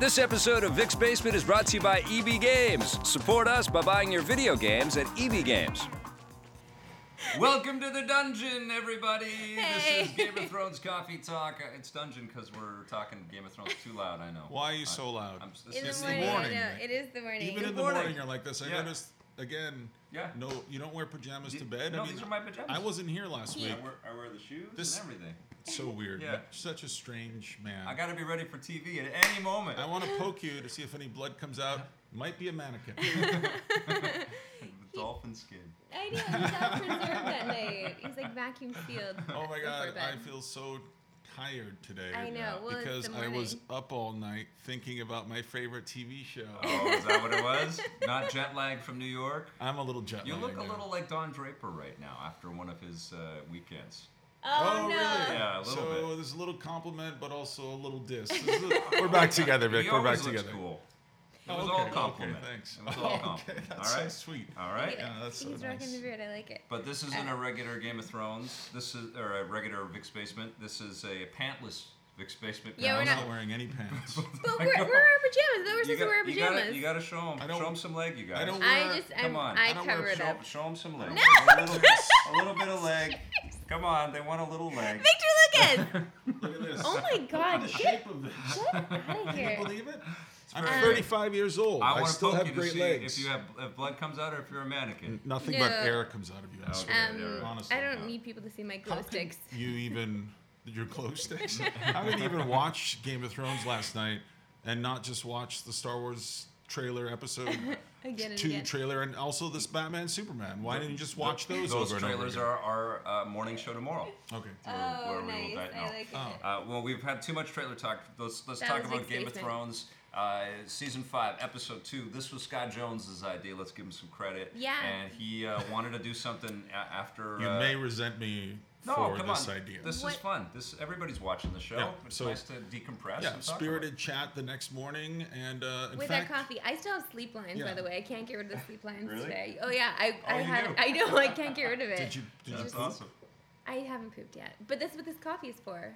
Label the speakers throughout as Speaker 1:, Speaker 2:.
Speaker 1: This episode of Vic's Basement is brought to you by EB Games. Support us by buying your video games at EB Games. Welcome to the dungeon, everybody. This is Game of Thrones Coffee Talk. Uh, It's dungeon because we're talking Game of Thrones too loud. I know. Uh,
Speaker 2: Why are you so loud?
Speaker 1: I'm just-
Speaker 2: It's the
Speaker 3: I
Speaker 2: morning,
Speaker 3: know.
Speaker 2: right?
Speaker 3: It is the morning.
Speaker 2: Even in the
Speaker 1: morning.
Speaker 2: morning. you're like this. I
Speaker 1: Yeah.
Speaker 2: noticed again.
Speaker 1: Yeah.
Speaker 2: No, you don't wear pajamas
Speaker 1: Th-
Speaker 2: to bed.
Speaker 1: no,
Speaker 2: I mean,
Speaker 1: these are my pajamas.
Speaker 2: I wasn't here last
Speaker 1: I
Speaker 2: week.
Speaker 1: wear, I wear the shoes
Speaker 2: This-
Speaker 1: and everything.
Speaker 2: It's so weird.
Speaker 1: Yeah.
Speaker 2: Such a strange man.
Speaker 1: I got to be ready for TV at any moment.
Speaker 2: I want to poke you to see if any blood comes out. Might be a mannequin. Oh
Speaker 1: With dolphin skin.
Speaker 3: I know. He's all preserved that night. He's like vacuum sealed.
Speaker 2: oh my
Speaker 3: before
Speaker 2: god, I
Speaker 3: bed.
Speaker 2: feel so tired today.
Speaker 3: I know.
Speaker 1: Yeah,
Speaker 3: well, it's
Speaker 2: because
Speaker 3: the
Speaker 2: I was
Speaker 3: morning.
Speaker 2: up all night thinking about my favorite TV show.
Speaker 1: Oh, is that what it was? Not jet lag from New York.
Speaker 2: I'm a little jet
Speaker 1: You look
Speaker 2: lagged
Speaker 1: a
Speaker 2: now.
Speaker 1: little like Don Draper right now after one of his uh, weekends.
Speaker 3: Oh,
Speaker 2: Oh,
Speaker 3: no.
Speaker 2: really?
Speaker 1: Yeah, a little
Speaker 2: so
Speaker 1: bit.
Speaker 2: there's a little compliment, but also a little diss. This is a- we're back together, Vic.
Speaker 1: He
Speaker 2: We're back
Speaker 1: always looks
Speaker 2: together.
Speaker 1: cool. It
Speaker 2: Oh,
Speaker 1: was
Speaker 2: okay,
Speaker 1: all compliment.
Speaker 2: Okay, thanks.
Speaker 1: It was all compliment.
Speaker 2: Okay, that's
Speaker 1: all right.
Speaker 2: so sweet.
Speaker 1: All right.
Speaker 2: Yeah, that's so
Speaker 3: He's rocking
Speaker 2: nice.
Speaker 3: the beard. I like it.
Speaker 1: But this isn't
Speaker 3: Uh,
Speaker 1: a regular Game of Thrones. This is or a regular Vic's Basement. This is a pantless Vic's Basement.
Speaker 3: Yeah, we're
Speaker 2: I'm
Speaker 1: panel.
Speaker 2: not,
Speaker 3: not-
Speaker 2: wearing any pants.
Speaker 3: But we're, we're in our pajamas. Though we're
Speaker 1: You,
Speaker 3: supposed to wear our
Speaker 1: you gotta,
Speaker 3: pajamas.
Speaker 1: you gotta show them.
Speaker 2: I don't-
Speaker 1: some leg, you guys.
Speaker 2: I don't
Speaker 3: I
Speaker 2: wear-
Speaker 3: just, I'm,
Speaker 1: Come on.
Speaker 3: I,
Speaker 2: I don't wear
Speaker 3: cover it
Speaker 2: shorts.
Speaker 3: up.
Speaker 1: show them some leg.
Speaker 3: No!
Speaker 1: A little, bit, a little bit of leg. Come on, they want a little leg.
Speaker 3: Victor Lucas!
Speaker 2: Look at this.
Speaker 3: Oh my god.
Speaker 2: the
Speaker 3: Get
Speaker 2: shape of this.
Speaker 3: out of
Speaker 2: Can you
Speaker 3: here. Um,
Speaker 2: believe it? I'm
Speaker 1: very-
Speaker 2: 35 years old.
Speaker 1: I
Speaker 2: I,
Speaker 1: want to
Speaker 2: still
Speaker 1: poke
Speaker 2: have
Speaker 1: you to
Speaker 2: great
Speaker 1: see
Speaker 2: legs.
Speaker 1: if you have if blood comes out or if you're a mannequin.
Speaker 2: Nothing
Speaker 3: No.
Speaker 2: but air comes out of you. I
Speaker 1: Okay. Um,
Speaker 2: swear.
Speaker 3: Um,
Speaker 2: Honestly,
Speaker 3: I don't
Speaker 2: no.
Speaker 3: need people to see my
Speaker 2: How
Speaker 3: glow
Speaker 2: could
Speaker 3: sticks.
Speaker 2: You even your glow sticks. I didn't even watch Game of Thrones last night and not just watch the Star Wars trailer episode
Speaker 3: Again and
Speaker 2: two
Speaker 3: again.
Speaker 2: trailer and also this Batman Superman. Why didn't you just watch
Speaker 1: Th-
Speaker 2: those?
Speaker 1: Those
Speaker 2: over
Speaker 1: trailers
Speaker 2: and over
Speaker 1: are our uh, morning show tomorrow.
Speaker 2: are. Okay.
Speaker 1: Uh,
Speaker 3: Oh,
Speaker 1: where we
Speaker 3: nice.
Speaker 1: will die-
Speaker 3: I
Speaker 1: no.
Speaker 3: like it.
Speaker 2: Oh.
Speaker 1: Uh, well, we've had too much trailer talk. Let's let's
Speaker 3: That
Speaker 1: talk
Speaker 3: was
Speaker 1: about
Speaker 3: Vic's
Speaker 1: Game of
Speaker 3: basement.
Speaker 1: Thrones, uh, season five, episode two. This was Scott Jones's idea. Let's give him some credit.
Speaker 3: Yeah.
Speaker 1: And he uh, wanted to do something a- after.
Speaker 2: You
Speaker 1: uh,
Speaker 2: may resent me
Speaker 1: no,
Speaker 2: for
Speaker 1: come
Speaker 2: this
Speaker 1: on.
Speaker 2: idea.
Speaker 1: This is
Speaker 3: What-
Speaker 1: fun. This everybody's watching the show.
Speaker 2: Yeah,
Speaker 1: it's
Speaker 2: so-
Speaker 1: nice to decompress.
Speaker 2: yeah,
Speaker 1: and talk
Speaker 2: spirited chat the next morning, and uh, in
Speaker 3: With
Speaker 2: fact,
Speaker 3: our coffee, I still have sleep lines.
Speaker 2: Yeah.
Speaker 3: By the way, I can't get rid of the sleep lines
Speaker 1: Really?
Speaker 3: today. Oh yeah, I,
Speaker 1: Oh,
Speaker 3: I
Speaker 1: you
Speaker 3: had.
Speaker 1: do.
Speaker 3: I know I can't get rid of it.
Speaker 2: did you
Speaker 1: About
Speaker 2: did
Speaker 1: it.
Speaker 2: you
Speaker 1: That's
Speaker 2: poop?
Speaker 1: awesome.
Speaker 3: I haven't pooped yet, but that's what this coffee is for.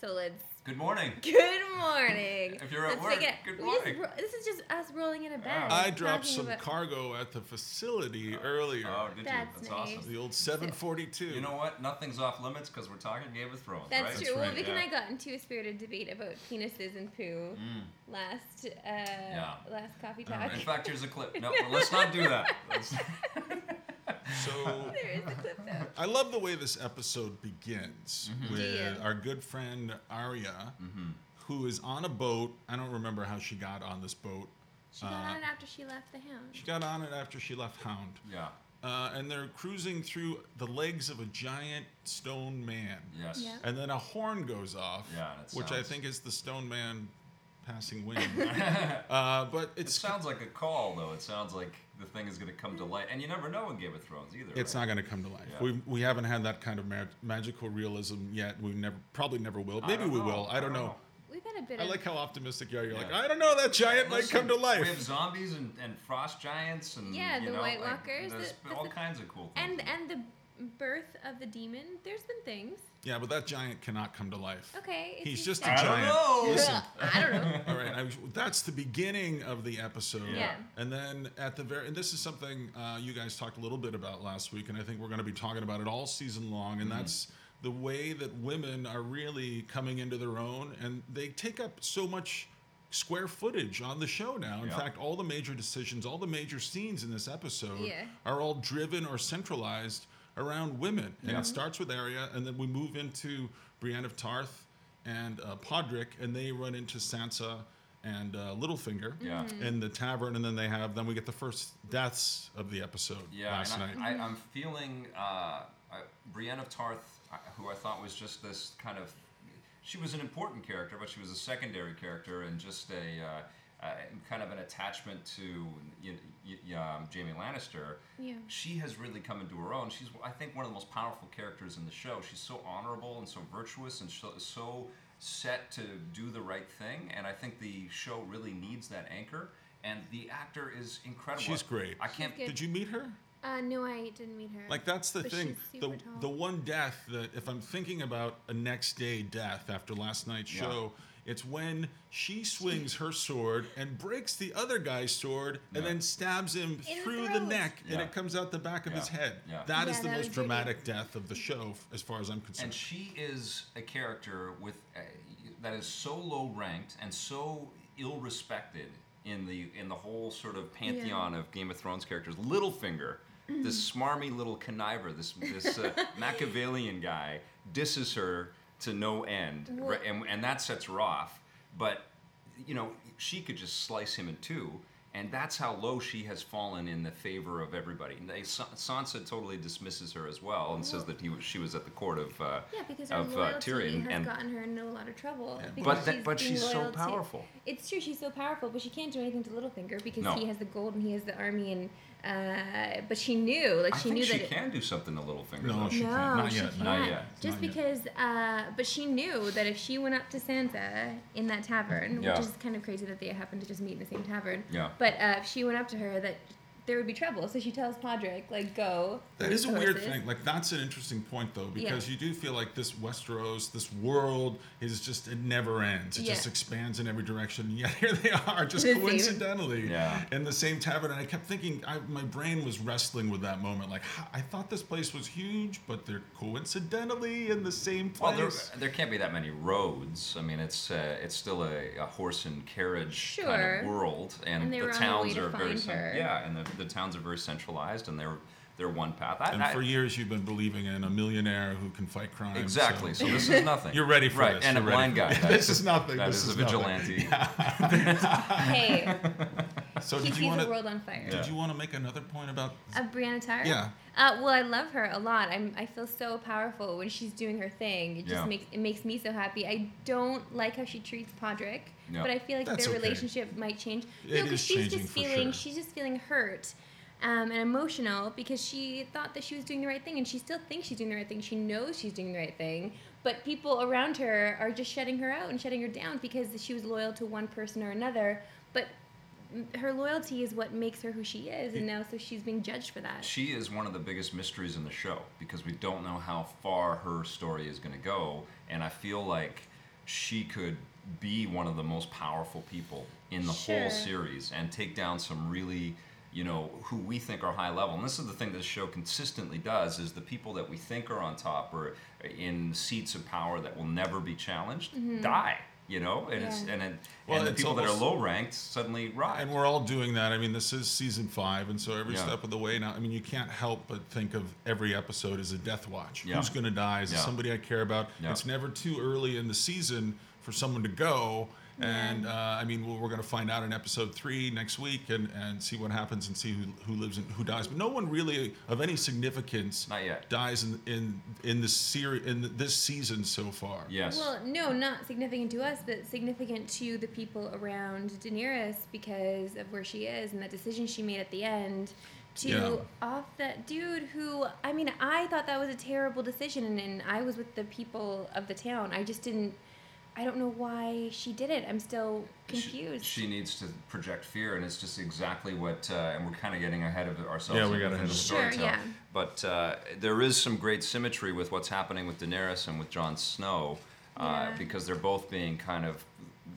Speaker 3: So let's.
Speaker 1: Good morning.
Speaker 3: Good morning.
Speaker 1: If you're at
Speaker 3: Let's take
Speaker 1: work,
Speaker 3: it-
Speaker 1: good
Speaker 3: we just
Speaker 1: morning.
Speaker 3: ro- this is just us rolling in a bed.
Speaker 1: Yeah.
Speaker 2: I dropped
Speaker 3: talking
Speaker 2: some
Speaker 3: about-
Speaker 2: cargo at the facility earlier.
Speaker 1: Oh, did
Speaker 3: That's
Speaker 1: you? That's
Speaker 3: nice.
Speaker 1: awesome.
Speaker 2: the old 742.
Speaker 1: You know what? Nothing's off limits because we're talking Game of Thrones.
Speaker 3: That's
Speaker 1: right?
Speaker 3: true. well,
Speaker 2: right,
Speaker 3: Vic and
Speaker 1: yeah.
Speaker 3: I got into a spirited debate about penises and poo
Speaker 2: Mm.
Speaker 3: last uh, last coffee talk.
Speaker 1: In fact, here's a clip. No, well, let's not do that. Let's-
Speaker 2: so
Speaker 3: there is a clip though.
Speaker 2: I love the way this episode begins
Speaker 1: Mm-hmm.
Speaker 2: with
Speaker 3: Yeah.
Speaker 2: our good friend Arya, who is on a boat. I don't remember how she got on this boat.
Speaker 3: She got on it after she left the hound.
Speaker 2: Uh, She got on it after she left Hound.
Speaker 1: yeah.
Speaker 2: Uh, and they're cruising through the legs of a giant stone man.
Speaker 1: Yes.
Speaker 3: Yeah.
Speaker 2: And then a horn goes off,
Speaker 1: Yeah, and it
Speaker 2: which I
Speaker 1: sounds-
Speaker 2: think is the stone man passing wind. uh, but
Speaker 1: It
Speaker 2: it's
Speaker 1: sounds like a call, though. It sounds like the thing is going to come to light, and you never know in Game of Thrones either.
Speaker 2: It's
Speaker 1: right?
Speaker 2: not going to come to life.
Speaker 1: Yeah.
Speaker 2: We we haven't had that kind of mag- magical realism yet. We never probably never will. Maybe
Speaker 1: don't
Speaker 2: we
Speaker 1: know.
Speaker 2: will. I don't know.
Speaker 3: We got a bit
Speaker 2: I
Speaker 3: of
Speaker 2: like how optimistic you are. You're like,
Speaker 1: Yeah.
Speaker 2: I don't know. That giant might
Speaker 1: Listen,
Speaker 2: come to
Speaker 1: We have
Speaker 2: life.
Speaker 1: zombies and, and frost giants and
Speaker 3: Yeah,
Speaker 1: you
Speaker 3: the
Speaker 1: know,
Speaker 3: White
Speaker 1: like,
Speaker 3: Walkers,
Speaker 1: There's
Speaker 3: the- the-
Speaker 1: all
Speaker 3: the-
Speaker 1: kinds of cool things.
Speaker 3: and and the birth of the demon. There's been things.
Speaker 2: Yeah, but that giant cannot come to life.
Speaker 3: Okay. it's
Speaker 2: He's just a
Speaker 1: I don't
Speaker 2: giant.
Speaker 1: know.
Speaker 2: Listen.
Speaker 3: I don't know.
Speaker 2: All right, I was, that's the beginning of the episode.
Speaker 3: Yeah.
Speaker 2: And then at the very, and this is something uh, you guys talked a little bit about last week, and I think we're going to be talking about it all season long.
Speaker 3: Mm-hmm.
Speaker 2: And that's the way that women are really coming into their own, and they take up so much square footage on the show now. In
Speaker 1: Yeah.
Speaker 2: fact, all the major decisions, all the major scenes in this episode
Speaker 3: Yeah.
Speaker 2: are all driven or centralized around women. And it starts with Arya, and then we move into Brienne of Tarth and uh, Podrick, and they run into Sansa and uh, Littlefinger
Speaker 1: Yeah. Mhm.
Speaker 2: in the tavern, and then they have then we get the first deaths of the episode
Speaker 1: Yeah,
Speaker 2: last
Speaker 1: and
Speaker 2: night.
Speaker 1: I, I, I'm feeling uh, I, Brienne of Tarth, I- who I thought was just this kind of. She was an important character, but she was a secondary character and just a uh, uh, kind of an attachment to you, you, um, Jamie Lannister.
Speaker 3: Yeah.
Speaker 1: She has really come into her own. She's, I think, one of the most powerful characters in the show. She's so honorable and so virtuous and so, so set to do the right thing. And I think the show really needs that anchor. And the actor is incredible.
Speaker 2: She's great.
Speaker 1: I can't
Speaker 3: She's good.
Speaker 2: Did you meet her?
Speaker 3: Uh, no, I didn't meet her.
Speaker 2: Like that's the
Speaker 3: But
Speaker 2: thing.
Speaker 3: she's
Speaker 2: The
Speaker 3: super tall.
Speaker 2: the one death that if I'm thinking about a next day death after last night's
Speaker 1: Yeah.
Speaker 2: show, it's when she swings her sword and breaks the other guy's sword and
Speaker 1: Yeah.
Speaker 2: then stabs him
Speaker 3: In the
Speaker 2: through the
Speaker 3: throat.
Speaker 2: neck and
Speaker 1: Yeah.
Speaker 2: it comes out the back of his
Speaker 1: Yeah.
Speaker 2: head.
Speaker 1: Yeah.
Speaker 2: That is
Speaker 3: Yeah,
Speaker 2: the
Speaker 3: that
Speaker 2: most
Speaker 3: was really-
Speaker 2: dramatic death of the show f- as far as I'm concerned.
Speaker 1: And she is a character with uh, that is so low ranked and so ill respected in the in the whole sort of pantheon of Game of Thrones characters. Littlefinger, this smarmy little conniver, this this uh, Machiavellian guy, disses her to no end,
Speaker 3: Well-
Speaker 1: right? and and that sets her off. But you know, she could just slice him in two. And that's how low she has fallen in the favor of everybody. And they, Sa- Sansa totally dismisses her as well and says that he was, she was at the court of uh,
Speaker 3: Yeah, because her
Speaker 1: of uh,
Speaker 3: loyalty
Speaker 1: Tyrion,
Speaker 3: has
Speaker 1: and
Speaker 3: gotten her into a lot of trouble. because
Speaker 1: But that- but
Speaker 3: being
Speaker 1: she's so
Speaker 3: loyal to-
Speaker 1: powerful.
Speaker 3: it's true, she's so powerful, but she can't do anything to Littlefinger because
Speaker 1: No.
Speaker 3: he has the gold and he has the army and. Uh, but she knew, like
Speaker 1: I
Speaker 3: she
Speaker 1: think
Speaker 3: knew
Speaker 1: she
Speaker 3: that.
Speaker 1: can do something to Littlefinger.
Speaker 2: No,
Speaker 1: though.
Speaker 2: she-
Speaker 3: no,
Speaker 2: can't. Not
Speaker 3: she
Speaker 2: yet,
Speaker 3: can't.
Speaker 1: not yet,
Speaker 3: Just
Speaker 2: not yet.
Speaker 3: because, uh, but she knew that if she went up to Sansa in that tavern,
Speaker 1: Yeah.
Speaker 3: which is kind of crazy that they happened to just meet in the same tavern.
Speaker 1: Yeah.
Speaker 3: But uh, if she went up to her, that there would be trouble. So she tells Podrick, like, go.
Speaker 2: That is a weird
Speaker 3: horses.
Speaker 2: thing. Like that's an interesting point though,
Speaker 3: Yeah.
Speaker 2: because you do feel like this Westeros, this world is just it never ends. It
Speaker 3: Yeah.
Speaker 2: just expands in every direction. Yet here they are, just
Speaker 3: The same.
Speaker 2: coincidentally,
Speaker 1: Yeah.
Speaker 2: in the same tavern. And I kept thinking, I, my brain was wrestling with that moment. Like h- I thought this place was huge, but they're coincidentally in the same
Speaker 1: Well,
Speaker 2: place.
Speaker 1: there, there can't be that many roads. I mean, it's uh, it's still a, a horse and carriage kind
Speaker 3: Sure.
Speaker 1: of world, and,
Speaker 3: And they
Speaker 1: the
Speaker 3: were on their way
Speaker 1: towns
Speaker 3: to
Speaker 1: are very
Speaker 3: find
Speaker 1: cen-
Speaker 3: her.
Speaker 1: yeah, and the, the towns are very centralized, and they're they're one path. I,
Speaker 2: and
Speaker 1: I-
Speaker 2: for years you've been believing in a millionaire who can fight crime. so-
Speaker 1: exactly. So, this is nothing.
Speaker 2: You're ready for
Speaker 1: right,
Speaker 2: this.
Speaker 1: and
Speaker 2: You're
Speaker 1: a
Speaker 2: ready
Speaker 1: blind
Speaker 2: for
Speaker 1: guy.
Speaker 2: this.
Speaker 1: That
Speaker 2: This
Speaker 1: is-
Speaker 2: is nothing.
Speaker 1: that
Speaker 2: This
Speaker 1: is
Speaker 2: is
Speaker 1: a
Speaker 2: nothing.
Speaker 1: vigilante.
Speaker 3: Hey,
Speaker 2: So
Speaker 3: he
Speaker 2: did
Speaker 3: sees
Speaker 2: you want
Speaker 3: the world
Speaker 2: to?
Speaker 3: on fire.
Speaker 1: Yeah.
Speaker 2: Did you want to make another point about?
Speaker 3: Of Brianna Tarr?
Speaker 2: Yeah.
Speaker 3: Uh, well, I love her a lot. I'm, I feel so powerful when she's doing her thing. It just
Speaker 1: Yeah.
Speaker 3: makes it makes me so happy. I don't like how she treats Podrick,
Speaker 1: Yeah.
Speaker 3: but I feel like
Speaker 2: That's
Speaker 3: their
Speaker 2: okay.
Speaker 3: relationship might change.
Speaker 2: It
Speaker 3: no,
Speaker 2: is
Speaker 3: because she's
Speaker 2: changing
Speaker 3: just
Speaker 2: for
Speaker 3: feeling
Speaker 2: sure.
Speaker 3: she's just feeling hurt. Um, and emotional because she thought that she was doing the right thing and she still thinks she's doing the right thing. She knows she's doing the right thing, but people around her are just shutting her out and shutting her down because she was loyal to one person or another. But her loyalty is what makes her who she is, and now so she's being judged for that.
Speaker 1: She is one of the biggest mysteries in the show because we don't know how far her story is going to go, and I feel like she could be one of the most powerful people in the whole
Speaker 3: Sure.
Speaker 1: series and take down some really, you know, who we think are high level. And this is the thing this show consistently does is the people that we think are on top or in seats of power that will never be challenged die. You know, and it's
Speaker 3: Mm-hmm. Yeah.
Speaker 1: and it,
Speaker 2: Well,
Speaker 1: and the
Speaker 2: it's
Speaker 1: people that are
Speaker 2: almost-
Speaker 1: low ranked suddenly rise.
Speaker 2: And we're all doing that. I mean, this is season five, and so every
Speaker 1: Yeah.
Speaker 2: step of the way now, I mean, you can't help but think of every episode as a death watch.
Speaker 1: Yeah.
Speaker 2: Who's going to die? Is it
Speaker 1: Yeah.
Speaker 2: somebody I care about?
Speaker 1: Yeah.
Speaker 2: It's never too early in the season for someone to go. And uh, I mean, well, we're going to find out in episode three next week and, and see what happens and see who, who lives and who dies. But no one really of any significance
Speaker 1: Not yet.
Speaker 2: dies in in in the series in the, this season so far.
Speaker 1: yes.
Speaker 3: Well, no, not significant to us, but significant to the people around Daenerys because of where she is and that decision she made at the end to
Speaker 2: Yeah.
Speaker 3: off that dude who, I mean, I thought that was a terrible decision, and, and I was with the people of the town. I just didn't, I don't know why she did it. I'm still
Speaker 1: she-
Speaker 3: confused.
Speaker 1: She, needs to project fear, and it's just exactly what. Uh, and we're kind of getting ahead of ourselves.
Speaker 2: Yeah, we
Speaker 1: in-
Speaker 2: got
Speaker 1: in
Speaker 2: ahead of
Speaker 1: the
Speaker 3: ourselves. Sure,
Speaker 1: storytelling.
Speaker 3: yeah.
Speaker 1: But uh, there is some great symmetry with what's happening with Daenerys and with Jon Snow, uh,
Speaker 3: Yeah.
Speaker 1: because they're both being kind of,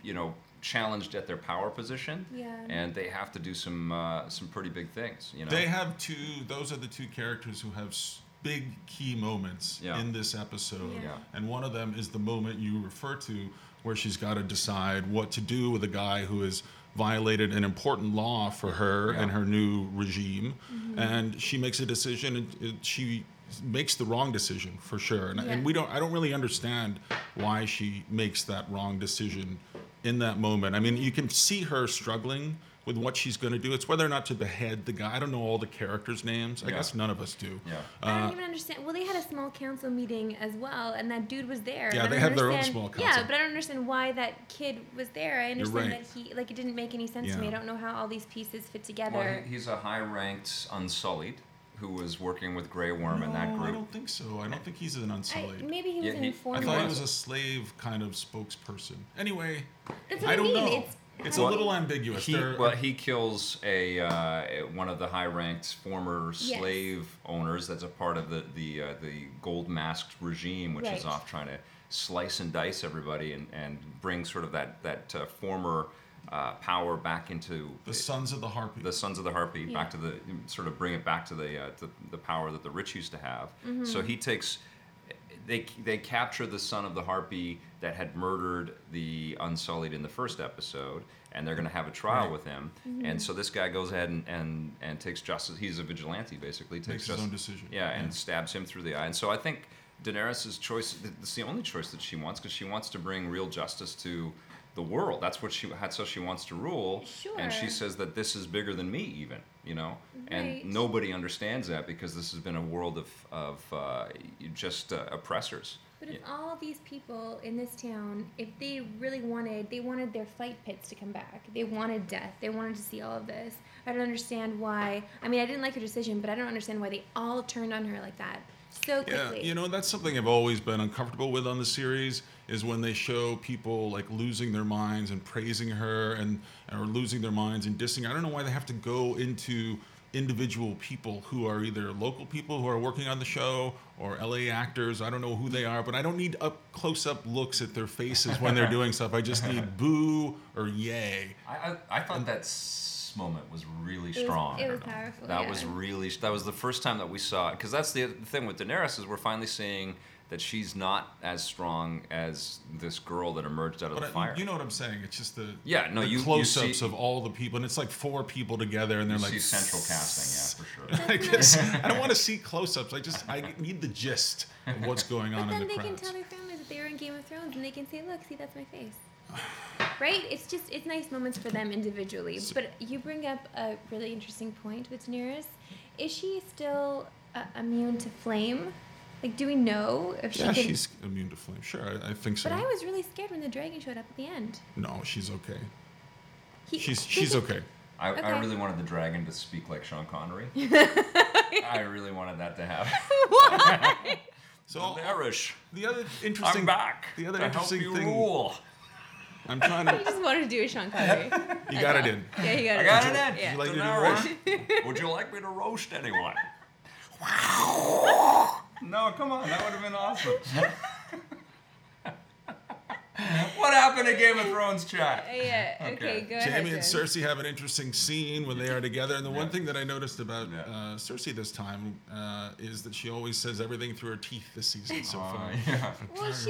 Speaker 1: you know, challenged at their power position.
Speaker 3: Yeah.
Speaker 1: And they have to do some uh, some pretty big things. You know.
Speaker 2: They have two. Those are the two characters who have s- big key moments
Speaker 1: Yeah.
Speaker 2: in this episode,
Speaker 3: Yeah.
Speaker 1: Yeah.
Speaker 2: and one of them is the moment you refer to, where she's got to decide what to do with a guy who has violated an important law for her and
Speaker 1: Yeah. Mm-hmm.
Speaker 2: her new regime, and she makes a decision, and it, she makes the wrong decision for sure. And, and
Speaker 3: Yeah.
Speaker 2: we don't. I don't really understand why she makes that wrong decision in that moment. I mean, you can see her struggling with what she's going to do. It's whether or not to behead the guy. I don't know all the characters' names. I
Speaker 1: Yeah.
Speaker 2: guess none of us do.
Speaker 1: Yeah.
Speaker 3: I
Speaker 2: Uh,
Speaker 3: don't even understand. Well, they had a small council meeting as well, and that dude was there.
Speaker 2: Yeah,
Speaker 3: I don't
Speaker 2: they have their own
Speaker 3: understand-
Speaker 2: small
Speaker 3: Yeah,
Speaker 2: council.
Speaker 3: but I don't understand why that kid was there. I understand
Speaker 2: right.
Speaker 3: that he like it didn't make any sense to me.
Speaker 2: Yeah.
Speaker 3: I don't know how all these pieces fit together.
Speaker 1: well, he, he's a high-ranked Unsullied who was working with Grey Worm in that
Speaker 2: No, I
Speaker 1: group.
Speaker 2: don't think so. I don't think he's an
Speaker 3: I,
Speaker 2: unsullied.
Speaker 3: maybe he was
Speaker 1: Yeah,
Speaker 3: an
Speaker 1: he- I
Speaker 2: I
Speaker 3: informer.
Speaker 2: thought he was a slave kind of spokesperson. Anyway,
Speaker 3: That's what
Speaker 2: I
Speaker 3: I,
Speaker 2: don't
Speaker 3: mean.
Speaker 2: know.
Speaker 3: It's
Speaker 2: It's a
Speaker 1: Well,
Speaker 2: little ambiguous.
Speaker 1: He,
Speaker 2: There-
Speaker 1: well, he kills a uh, one of the high-ranked former
Speaker 3: Yes.
Speaker 1: slave owners. That's a part of the the uh, the gold-masked regime, which is
Speaker 3: Right.
Speaker 1: off trying to slice and dice everybody and, and bring sort of that that uh, former uh, power back into
Speaker 2: the Sons of the Harpy.
Speaker 1: the Sons of the Harpy
Speaker 3: Yeah.
Speaker 1: back to the sort of bring it back to the uh, to the power that the rich used to have.
Speaker 3: Mm-hmm.
Speaker 1: So he takes they they capture the son of the harpy that had murdered the unsullied in the first episode and they're going to have a trial
Speaker 2: Right.
Speaker 1: with him
Speaker 3: Mm-hmm.
Speaker 1: and so this guy goes ahead and, and, and takes justice he's a vigilante basically takes
Speaker 2: Makes his
Speaker 1: jus-
Speaker 2: own decision.
Speaker 1: yeah and
Speaker 2: Yeah.
Speaker 1: stabs him through the eye and so i think daenerys's choice th- it's the only choice that she wants because she wants to bring real justice to the world that's what she that's how she wants to rule and she
Speaker 3: Sure.
Speaker 1: says that this is bigger than me even you know
Speaker 3: Right.
Speaker 1: and nobody understands that because this has been a world of, of uh, just uh, oppressors
Speaker 3: But
Speaker 1: Yeah.
Speaker 3: if all these people in this town, if they really wanted, they wanted their fight pits to come back. They wanted death. They wanted to see all of this. I don't understand why. I mean, I didn't like her decision, but I don't understand why they all turned on her like that so
Speaker 2: Yeah,
Speaker 3: quickly.
Speaker 2: you know that's something I've always been uncomfortable with on the series is when they show people like losing their minds and praising her and or losing their minds and dissing. her. I don't know why they have to go into individual people who are either local people who are working on the show or LA actors. I don't know who they are, but I don't need up close up looks at their faces when they're doing stuff. I just need boo or yay.
Speaker 1: I, I, I thought that s- moment was really
Speaker 3: was-
Speaker 1: strong.
Speaker 3: it
Speaker 1: I
Speaker 3: was
Speaker 1: don't know.
Speaker 3: powerful,
Speaker 1: That
Speaker 3: yeah.
Speaker 1: was really that was the first time that we saw because that's the the thing with Daenerys is we're finally seeing that she's not as strong as this girl that emerged out of
Speaker 2: But
Speaker 1: the
Speaker 2: I-
Speaker 1: fire.
Speaker 2: you know what I'm saying? It's just the
Speaker 1: Yeah, no,
Speaker 2: the
Speaker 1: you- you
Speaker 2: close-ups
Speaker 1: see-
Speaker 2: of all the people, and it's like four people together, and they're
Speaker 1: You
Speaker 2: like
Speaker 1: see central casting, yeah, for sure.
Speaker 2: I guess I don't want to see close-ups. I just I need the gist of what's going on
Speaker 3: But
Speaker 2: in
Speaker 3: then
Speaker 2: the
Speaker 3: they can
Speaker 2: crowds.
Speaker 3: tell their families that they were in Game of Thrones, and they can say, "Look, see, that's my face." Right? It's just it's nice moments for them individually. But you bring up a really interesting point with Daenerys. Is she still uh, immune to flame? Like, do we know if she
Speaker 2: yeah,
Speaker 3: can?
Speaker 2: she's immune to flame. Sure, I, I think so.
Speaker 3: But I was really scared when the dragon showed up at the end.
Speaker 2: no, she's okay.
Speaker 3: He,
Speaker 2: She's she's okay.
Speaker 1: I, I
Speaker 3: Okay.
Speaker 1: really wanted the dragon to speak like Sean Connery. I really wanted that to happen.
Speaker 2: So
Speaker 1: Daenerys,
Speaker 2: the other interesting
Speaker 1: I'm back.
Speaker 2: The other
Speaker 1: to
Speaker 2: interesting
Speaker 1: help you
Speaker 2: thing
Speaker 1: rule.
Speaker 2: I'm trying
Speaker 3: I
Speaker 2: to
Speaker 3: just wanted to do a Sean Connery.
Speaker 2: you got it in.
Speaker 3: yeah, you got
Speaker 1: I
Speaker 3: it.
Speaker 1: got it in.
Speaker 3: Yeah.
Speaker 2: Would you like me
Speaker 1: Daenerys, would you like me to roast anyone? no, come on. That would have been awesome. what happened to Game of Thrones chat?
Speaker 3: Uh, Yeah. Okay.
Speaker 1: Okay.
Speaker 3: Go ahead.
Speaker 2: Jamie and
Speaker 3: Jen.
Speaker 2: Cersei have an interesting scene when they are together, and the one
Speaker 1: Yeah.
Speaker 2: thing that I noticed about
Speaker 1: Yeah.
Speaker 2: uh, Cersei this time uh, is that she always says everything through her teeth this season so far.
Speaker 1: Uh, yeah.
Speaker 3: Well, she's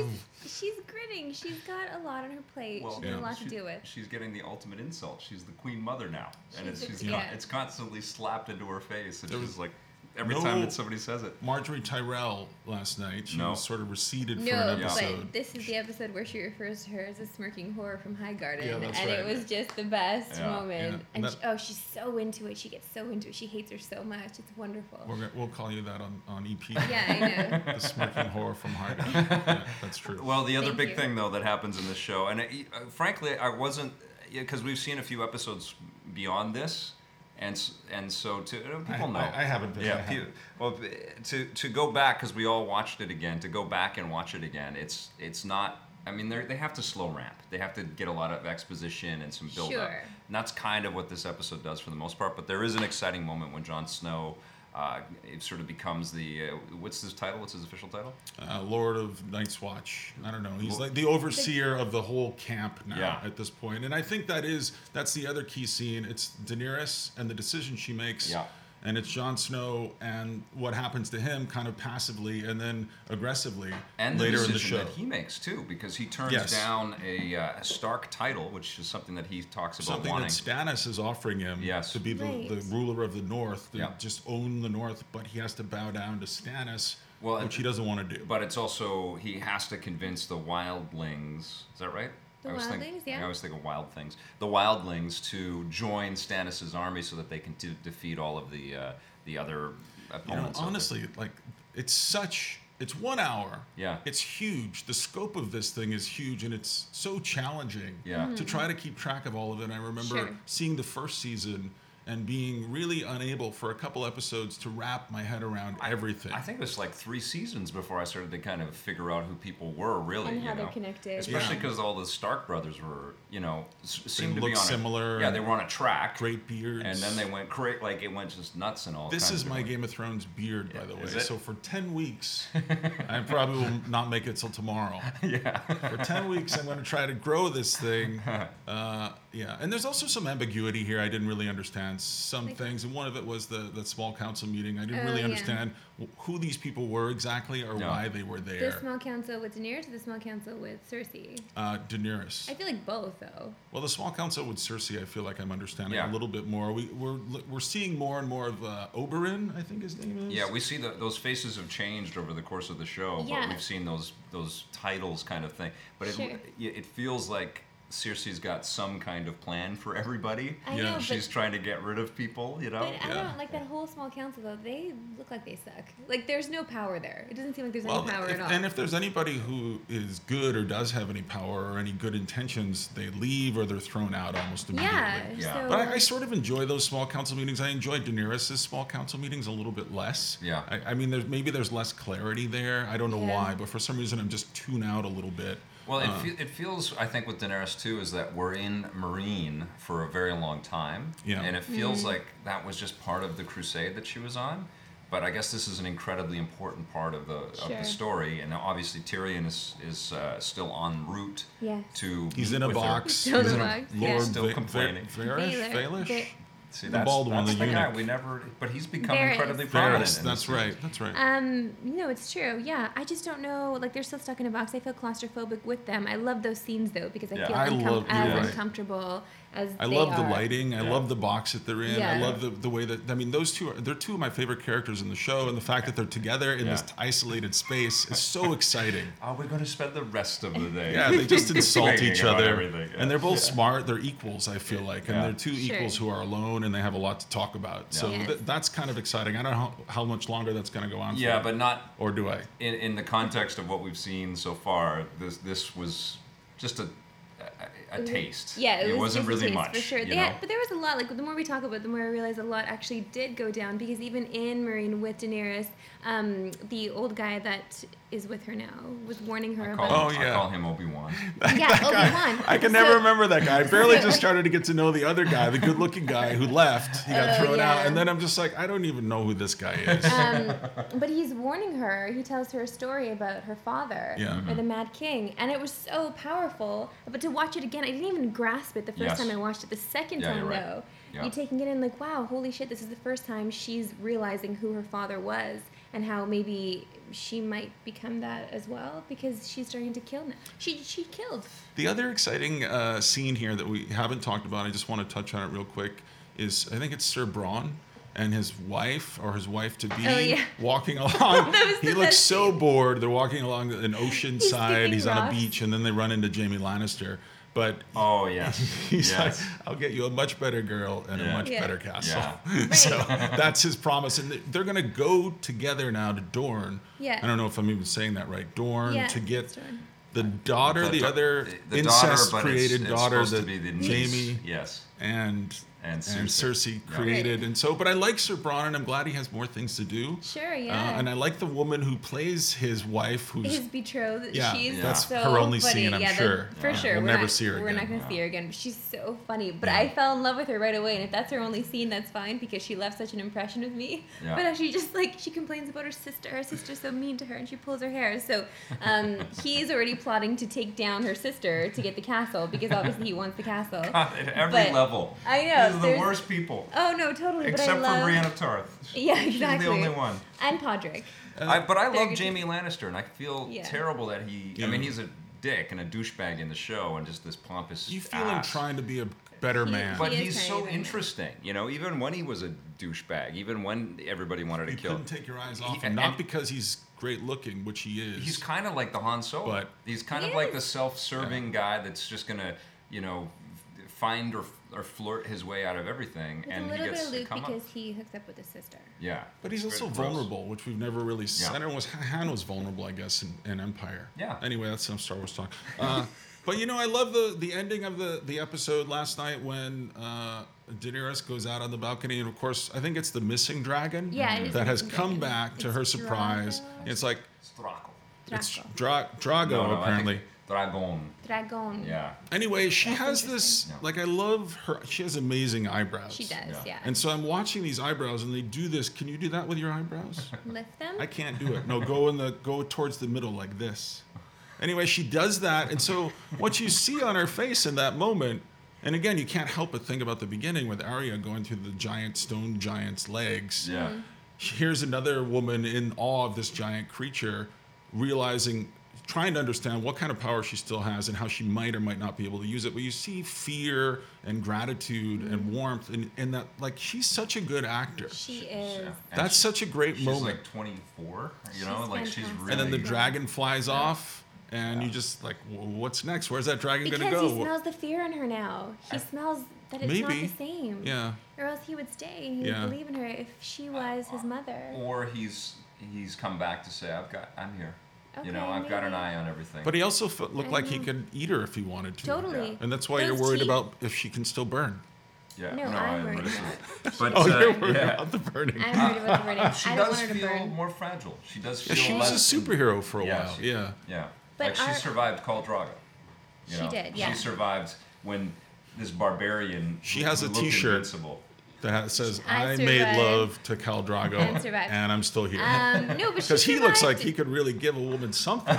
Speaker 3: she's gritting. She's got a lot on her plate. she's got a
Speaker 2: yeah.
Speaker 3: lot
Speaker 1: she-
Speaker 3: to deal with.
Speaker 1: She's getting the ultimate insult. She's the queen mother now, and it's
Speaker 3: She's the-
Speaker 1: she's con-
Speaker 3: yeah.
Speaker 1: it's constantly slapped into her face, and
Speaker 2: There
Speaker 1: she's
Speaker 2: was
Speaker 1: like, every
Speaker 2: no-
Speaker 1: time that somebody says it.
Speaker 2: Marjorie Tyrell last night, she
Speaker 1: No.
Speaker 2: was sort of receded for
Speaker 3: No,
Speaker 2: an
Speaker 1: Yeah.
Speaker 2: episode.
Speaker 3: but this is the episode where she refers to her as a smirking whore from High Garden,
Speaker 2: Yeah, that's
Speaker 3: and it
Speaker 2: right.
Speaker 3: was just the best
Speaker 1: Yeah,
Speaker 3: moment.
Speaker 2: yeah.
Speaker 3: And
Speaker 2: That-
Speaker 3: she, oh, she's so into it. She gets so into it. She hates her so much. It's wonderful.
Speaker 2: We're gonna, we'll call you that on, on E EP.
Speaker 3: Yeah, I know.
Speaker 2: The smirking horror from Harden. Yeah, that's true.
Speaker 1: Well, the other
Speaker 3: Thank
Speaker 1: big
Speaker 3: you.
Speaker 1: thing though that happens in this show, and it, uh, frankly, I wasn't because we've seen a few episodes beyond this, and s- and so to uh, people know.
Speaker 2: I- I haven't been- I
Speaker 1: Yeah.
Speaker 2: haven't.
Speaker 1: pe- well, p- to to go back because we all watched it again. To go back and watch it again, it's it's not. I mean, they they have to slow ramp. They have to get a lot of exposition and some build up.
Speaker 3: Sure.
Speaker 1: And that's kind of what this episode does for the most part. But there is an exciting moment when Jon Snow. Uh, it sort of becomes the uh, what's his title? What's his official title?
Speaker 2: Uh, Lord of Night's Watch. I don't know. He's
Speaker 1: Well-
Speaker 2: like the overseer of the whole camp now
Speaker 1: Yeah.
Speaker 2: at this point. And I think that is that's the other key scene. It's Daenerys and the decision she makes.
Speaker 1: Yeah.
Speaker 2: And it's Jon Snow and what happens to him kind of passively and then aggressively
Speaker 1: and the
Speaker 2: later in the
Speaker 1: decision
Speaker 2: show.
Speaker 1: that he makes too, because he turns
Speaker 2: Yes.
Speaker 1: down a, uh, a Stark title, which is something that he talks about
Speaker 2: Something
Speaker 1: wanting.
Speaker 2: that Stannis is offering him
Speaker 1: Yes.
Speaker 2: to be the,
Speaker 3: Right.
Speaker 2: the ruler of the North, to
Speaker 1: Yeah.
Speaker 2: just own the North, but he has to bow down to Stannis,
Speaker 1: Well, and-
Speaker 2: which he doesn't want to do.
Speaker 1: but it's also he has to convince the wildlings. Is that right?
Speaker 3: The
Speaker 1: always
Speaker 3: wildlings,
Speaker 1: think,
Speaker 3: yeah.
Speaker 1: I always think of wild things. The wildlings to join Stannis's army so that they can de- defeat all of the uh, the other
Speaker 2: You know,
Speaker 1: opponents. out there.
Speaker 2: honestly, like it's such it's one hour.
Speaker 1: Yeah.
Speaker 2: It's huge. The scope of this thing is huge and it's so challenging
Speaker 1: Yeah.
Speaker 2: to try to keep track of all of it. And I remember
Speaker 3: Sure.
Speaker 2: seeing the first season and being really unable for a couple episodes to wrap my head around everything.
Speaker 1: I think it was like three seasons before I started to kind of figure out who people were really,
Speaker 3: And
Speaker 1: you
Speaker 3: how they're
Speaker 1: know?
Speaker 3: connected.
Speaker 1: Especially
Speaker 2: Yeah.
Speaker 1: because all the Stark brothers were, you know, s- seemed to be
Speaker 2: looked
Speaker 1: on a-
Speaker 2: similar
Speaker 1: yeah,
Speaker 2: and
Speaker 1: they were on a track.
Speaker 2: great beards.
Speaker 1: And then they went cra like it went just nuts and all.
Speaker 2: This
Speaker 1: kinds
Speaker 2: is
Speaker 1: of
Speaker 2: my
Speaker 1: different-
Speaker 2: Game of Thrones beard, by the way.
Speaker 1: Is it?
Speaker 2: So for ten weeks, I probably will not make it till tomorrow.
Speaker 1: Yeah.
Speaker 2: For ten weeks, I'm going to try to grow this thing. Uh, yeah, and there's also some ambiguity here. I didn't really understand some
Speaker 3: Like-
Speaker 2: things, and one of it was the that small council meeting. I didn't
Speaker 3: Oh,
Speaker 2: really
Speaker 3: yeah.
Speaker 2: understand wh- who these people were exactly or
Speaker 1: No.
Speaker 2: why they were
Speaker 3: The
Speaker 2: there.
Speaker 3: small council with Daenerys or the small council with Cersei?
Speaker 2: Uh, Daenerys.
Speaker 3: I feel like both, though.
Speaker 2: Well, the small council with Cersei, I feel like I'm understanding
Speaker 1: Yeah.
Speaker 2: a little bit more. We, we're we're seeing more and more of uh, Oberyn, I think his name is.
Speaker 1: Yeah, we see that those faces have changed over the course of the show,
Speaker 3: Yeah.
Speaker 1: but we've seen those those titles kind of thing. But it,
Speaker 3: Sure.
Speaker 1: y- it feels like Cersei's got some kind of plan for everybody.
Speaker 3: I
Speaker 2: Yeah.
Speaker 3: know, but,
Speaker 1: She's trying to get rid of people, you know.
Speaker 3: but I
Speaker 2: yeah.
Speaker 3: don't like that whole small council, though. They look like they suck. Like, there's no power there. It doesn't seem like there's
Speaker 2: Well,
Speaker 3: any power
Speaker 2: if-
Speaker 3: at all.
Speaker 2: and if there's anybody who is good or does have any power or any good intentions, they leave or they're thrown out almost immediately.
Speaker 3: yeah,
Speaker 1: Yeah.
Speaker 3: so.
Speaker 2: But I, I sort of enjoy those small council meetings. I enjoy Daenerys' small council meetings a little bit less.
Speaker 1: Yeah.
Speaker 2: I, I mean, there's maybe there's less clarity there. I don't know
Speaker 3: Yeah.
Speaker 2: why, but for some reason, I'm just tuned out a little bit.
Speaker 1: Well, it, fe- it feels, I think, with Daenerys too, is that we're in Marine for a very long time.
Speaker 2: Yeah.
Speaker 1: And it feels
Speaker 3: Mm.
Speaker 1: like that was just part of the crusade that she was on. But I guess this is an incredibly important part of the, of
Speaker 3: Sure.
Speaker 1: the story. And obviously, Tyrion is, is uh, still en route
Speaker 3: Yes.
Speaker 1: to.
Speaker 2: He's
Speaker 1: meet
Speaker 2: in a
Speaker 1: with her.
Speaker 2: box.
Speaker 3: Still in
Speaker 1: He's
Speaker 3: a
Speaker 1: in a-
Speaker 3: box,
Speaker 1: Lord
Speaker 3: yeah.
Speaker 1: still
Speaker 2: Ve- Ve-
Speaker 1: complaining.
Speaker 2: Vaelish?
Speaker 3: Baelish.
Speaker 2: Vaelish?
Speaker 1: See,
Speaker 2: The
Speaker 1: that's,
Speaker 2: bald one,
Speaker 1: that's
Speaker 2: the
Speaker 1: guy
Speaker 2: eunuch.
Speaker 1: we never. But he's become
Speaker 3: Varys.
Speaker 1: incredibly prominent.
Speaker 2: Varys,
Speaker 1: in
Speaker 2: that's
Speaker 1: this
Speaker 2: right.
Speaker 1: series.
Speaker 2: That's right.
Speaker 3: Um, no, it's true. Yeah, I just don't know. Like they're still stuck in a box. I feel claustrophobic with them. I love those scenes though because I
Speaker 1: Yeah.
Speaker 3: feel
Speaker 2: I
Speaker 3: uncom-
Speaker 2: love-
Speaker 3: as
Speaker 2: you're right.
Speaker 3: uncomfortable as
Speaker 2: I
Speaker 3: they
Speaker 2: love the
Speaker 3: are.
Speaker 2: lighting. I
Speaker 1: Yeah.
Speaker 2: love the box that they're in. I
Speaker 3: Yeah.
Speaker 2: love the, the way that I mean those two are they're two of my favorite characters in the show and the fact that they're together in this
Speaker 1: Yeah.
Speaker 2: isolated space is so exciting.
Speaker 1: Are we going to oh, spend the rest of the day?
Speaker 2: Yeah, they just insult
Speaker 1: Complaining
Speaker 2: each
Speaker 1: about
Speaker 2: other.
Speaker 1: everything, yeah.
Speaker 2: And they're both smart, they're equals, I feel like. And
Speaker 1: Yeah.
Speaker 2: they're two
Speaker 3: Sure.
Speaker 2: equals who are alone and they have a lot to talk about. So
Speaker 1: Yeah.
Speaker 2: th- that's kind of exciting. I don't know how, how much longer that's going to go on for.
Speaker 1: Yeah, but not
Speaker 2: or do I?
Speaker 1: in, in the context of what we've seen so far, this this was just a a, a taste.
Speaker 3: Mm-hmm. Yeah, it, was
Speaker 1: wasn't
Speaker 3: just a
Speaker 1: really
Speaker 3: taste,
Speaker 1: much
Speaker 3: for sure.
Speaker 1: you
Speaker 3: They had-
Speaker 1: know?
Speaker 3: but there was a lot. Like the more we talk about, it, the more I realize a lot actually did go down because even in Marine with Daenerys, um, the old guy that is with her now was warning her
Speaker 1: I
Speaker 3: about.
Speaker 1: call,
Speaker 2: Oh,
Speaker 1: him, I
Speaker 2: yeah.
Speaker 1: call him Obi Wan.
Speaker 3: yeah, Obi Wan.
Speaker 2: I can never remember that guy. I barely just started to get to know the other guy, the good looking guy who left. He got
Speaker 3: Oh,
Speaker 2: thrown out.
Speaker 3: yeah.
Speaker 2: And then I'm just like, I don't even know who this guy is.
Speaker 3: Um, But he's warning her. He tells her a story about her father,
Speaker 2: Yeah.
Speaker 3: or the Mad King, and it was so powerful. But to watch it again, I didn't even grasp it the first
Speaker 1: Yes.
Speaker 3: time I watched it. The second
Speaker 1: Yeah,
Speaker 3: time,
Speaker 1: you're right.
Speaker 3: though,
Speaker 1: Yeah.
Speaker 3: you're taking it in like, wow, holy shit, this is the first time she's realizing who her father was and how maybe she might become that as well because she's starting to kill now. She she killed.
Speaker 2: The other exciting uh, scene here that we haven't talked about, I just want to touch on it real quick, is I think it's Sir Braun and his wife or his wife to be
Speaker 3: Oh, yeah.
Speaker 2: walking along.
Speaker 3: That was
Speaker 2: he
Speaker 3: the
Speaker 2: looks
Speaker 3: best
Speaker 2: so bored. They're walking along an ocean
Speaker 3: He's
Speaker 2: side.
Speaker 3: kicking
Speaker 2: He's on a
Speaker 3: rocks.
Speaker 2: beach, and then they run into Jamie Lannister. But
Speaker 1: Oh yes,
Speaker 2: he's
Speaker 1: yes.
Speaker 2: like, "I'll get you a much better girl and a
Speaker 1: Yeah.
Speaker 2: much
Speaker 3: Yeah.
Speaker 2: better castle."
Speaker 1: Yeah.
Speaker 2: so that's his promise, and they- they're gonna go together now to Dorne.
Speaker 3: Yeah.
Speaker 2: I don't know if I'm even saying that right. Dorne
Speaker 3: Yeah,
Speaker 2: to get
Speaker 3: it's Dorne.
Speaker 2: the daughter, the,
Speaker 1: da-
Speaker 2: other
Speaker 1: the daughter,
Speaker 2: incest
Speaker 1: but it's-
Speaker 2: created
Speaker 1: it's
Speaker 2: daughter
Speaker 1: supposed
Speaker 2: that
Speaker 1: to be the niece.
Speaker 2: Jamie
Speaker 1: Yes.
Speaker 2: and
Speaker 1: And
Speaker 2: and
Speaker 1: Cersei.
Speaker 2: Cersei,
Speaker 1: Yeah.
Speaker 2: created, and so. But I like Sir Bronn, and I'm glad he has more things to do.
Speaker 3: Sure,
Speaker 2: Uh,
Speaker 3: yeah.
Speaker 2: and I like the woman who plays his wife, who's
Speaker 3: His betrothed.
Speaker 2: Yeah,
Speaker 3: she's
Speaker 2: that's
Speaker 3: so
Speaker 2: her only
Speaker 3: funny.
Speaker 2: scene, I'm
Speaker 3: yeah, that-
Speaker 2: sure.
Speaker 3: for
Speaker 2: Yeah.
Speaker 3: sure.
Speaker 2: We'll
Speaker 3: we're
Speaker 2: never
Speaker 3: not,
Speaker 2: see her
Speaker 3: We're
Speaker 2: again.
Speaker 3: not going to see her again. But she's so funny. But I fell in love with her right away. And if that's her only scene, that's fine because she left such an impression of me.
Speaker 1: Yeah.
Speaker 3: But she just like she complains about her sister. Her sister's so mean to her, and she pulls her hair. So um, he's already plotting to take down her sister to get the castle because obviously he wants the castle.
Speaker 1: At every
Speaker 3: But
Speaker 1: level.
Speaker 3: I know,
Speaker 1: These are the
Speaker 3: there's-
Speaker 1: worst people,
Speaker 3: Oh no, totally. but
Speaker 1: except
Speaker 3: I
Speaker 1: for
Speaker 3: love,
Speaker 1: Brienne of Tarth.
Speaker 3: Yeah,
Speaker 1: She's
Speaker 3: exactly.
Speaker 1: the only one.
Speaker 3: And Podrick.
Speaker 2: Uh,
Speaker 1: I, but I
Speaker 3: They're
Speaker 1: love
Speaker 3: good
Speaker 1: Jamie Lannister, and I feel
Speaker 3: Yeah.
Speaker 1: terrible that he.
Speaker 2: Yeah.
Speaker 1: I mean, he's a dick and a douchebag in the show, and just this pompous.
Speaker 2: you feel him
Speaker 1: ass.
Speaker 2: trying to be a better
Speaker 3: He-
Speaker 2: man.
Speaker 1: But
Speaker 3: He is
Speaker 1: he's
Speaker 3: tiny,
Speaker 1: so
Speaker 3: isn't he?
Speaker 1: interesting, you know. Even when he was a douchebag, even when everybody wanted to
Speaker 2: you
Speaker 1: kill him,
Speaker 2: couldn't take your eyes off
Speaker 1: He-
Speaker 2: him, not
Speaker 1: and-
Speaker 2: because he's great looking, which he is.
Speaker 1: he's kind of like the Han Solo.
Speaker 2: But-
Speaker 1: he's kind
Speaker 3: He
Speaker 1: of like
Speaker 3: is.
Speaker 1: the self-serving guy that's just gonna, you know, f- find or, or flirt his way out of everything,
Speaker 3: With
Speaker 1: and
Speaker 3: a little
Speaker 1: he
Speaker 3: bit
Speaker 1: gets
Speaker 3: of Luke
Speaker 1: come up.
Speaker 3: because he hooks up with his sister.
Speaker 1: Yeah,
Speaker 2: But he's
Speaker 1: It's
Speaker 2: also
Speaker 1: gross.
Speaker 2: vulnerable, which we've never really seen.
Speaker 1: Yeah.
Speaker 2: I don't know, was- Han was vulnerable, I guess, in, in Empire.
Speaker 1: Yeah.
Speaker 2: Anyway, that's some Star Wars talk. Uh, but you know, I love the the ending of the the episode last night when uh, Daenerys goes out on the balcony, and of course, I think it's the missing dragon
Speaker 3: Yeah, it is
Speaker 2: that
Speaker 3: the
Speaker 2: has
Speaker 3: missing dragon.
Speaker 2: come back to
Speaker 3: It's
Speaker 2: her surprise.
Speaker 3: Drago.
Speaker 2: And It's like
Speaker 1: Straco.
Speaker 2: it's
Speaker 3: Draco.
Speaker 2: Dra- Drago apparently.
Speaker 1: Dragon.
Speaker 3: Dragon.
Speaker 1: Yeah.
Speaker 2: Anyway, she has this
Speaker 1: interesting.
Speaker 2: like I love her. She has amazing eyebrows.
Speaker 3: She does,
Speaker 1: Yeah.
Speaker 3: yeah.
Speaker 2: And so I'm watching these eyebrows, and they do this. Can you do that with your eyebrows?
Speaker 3: Lift them.
Speaker 2: I can't do it. No, go in the go towards the middle like this. Anyway, she does that, and so what you see on her face in that moment, and again, you can't help but think about the beginning with Arya going through the giant stone giant's legs.
Speaker 1: Yeah.
Speaker 3: Mm-hmm.
Speaker 2: Here's another woman in awe of this giant creature, realizing, trying to understand what kind of power she still has and how she might or might not be able to use it. But you see fear and gratitude and warmth, and, and that like she's such a good actor.
Speaker 3: she is.
Speaker 1: And
Speaker 2: That's
Speaker 1: she-
Speaker 2: such a great
Speaker 1: She's
Speaker 2: moment.
Speaker 1: like 24, you know,
Speaker 3: She's
Speaker 1: like she's
Speaker 3: fantastic.
Speaker 1: really.
Speaker 2: and then the dragon flies off and you just like "Wh- what's next where's that dragon
Speaker 3: Because
Speaker 2: going to go
Speaker 3: he smells the fear in her now. He smells that it's not
Speaker 2: Maybe.
Speaker 3: the same.
Speaker 2: yeah
Speaker 3: Or else he would stay and he
Speaker 2: Yeah.
Speaker 3: would believe in her if she was his mother.
Speaker 1: or he's he's come back to say, I've got, I'm here. you know,
Speaker 3: Okay,
Speaker 1: I've got an
Speaker 3: maybe.
Speaker 1: eye on everything.
Speaker 2: but he also f- looked
Speaker 3: I
Speaker 2: like he
Speaker 3: know.
Speaker 2: could eat her if he wanted to
Speaker 3: Totally.
Speaker 2: and that's why
Speaker 3: Those
Speaker 2: you're worried
Speaker 3: teeth-
Speaker 2: about if she can still burn
Speaker 1: yeah.
Speaker 3: No, I'm worried
Speaker 1: understand.
Speaker 3: about-
Speaker 1: But
Speaker 2: oh
Speaker 1: uh,
Speaker 2: you're worried
Speaker 1: yeah.
Speaker 2: about the burning
Speaker 3: I'm worried about the burning.
Speaker 1: She
Speaker 3: I don't want
Speaker 1: does
Speaker 3: her to
Speaker 1: feel
Speaker 3: burn.
Speaker 1: more fragile. She does
Speaker 2: yeah,
Speaker 1: feel.
Speaker 2: she was
Speaker 1: less
Speaker 2: a
Speaker 1: in-
Speaker 2: superhero for a
Speaker 1: Yeah,
Speaker 2: while
Speaker 1: she-
Speaker 2: yeah
Speaker 1: Yeah.
Speaker 3: But
Speaker 1: like she
Speaker 3: our-
Speaker 1: survived Khal Draga. you
Speaker 3: She
Speaker 1: know?
Speaker 3: did, yeah.
Speaker 1: She survived when this barbarian.
Speaker 2: She
Speaker 1: who-
Speaker 2: has
Speaker 1: who
Speaker 2: a
Speaker 1: looked
Speaker 2: t-shirt.
Speaker 1: Invincible.
Speaker 2: that ha- says i,
Speaker 3: I
Speaker 2: made
Speaker 3: survived.
Speaker 2: love to cal drago
Speaker 3: And survived.
Speaker 2: and i'm still here
Speaker 3: Um, no, but she
Speaker 2: because he looks like
Speaker 3: survived
Speaker 2: he
Speaker 3: it.
Speaker 2: could really give a woman something.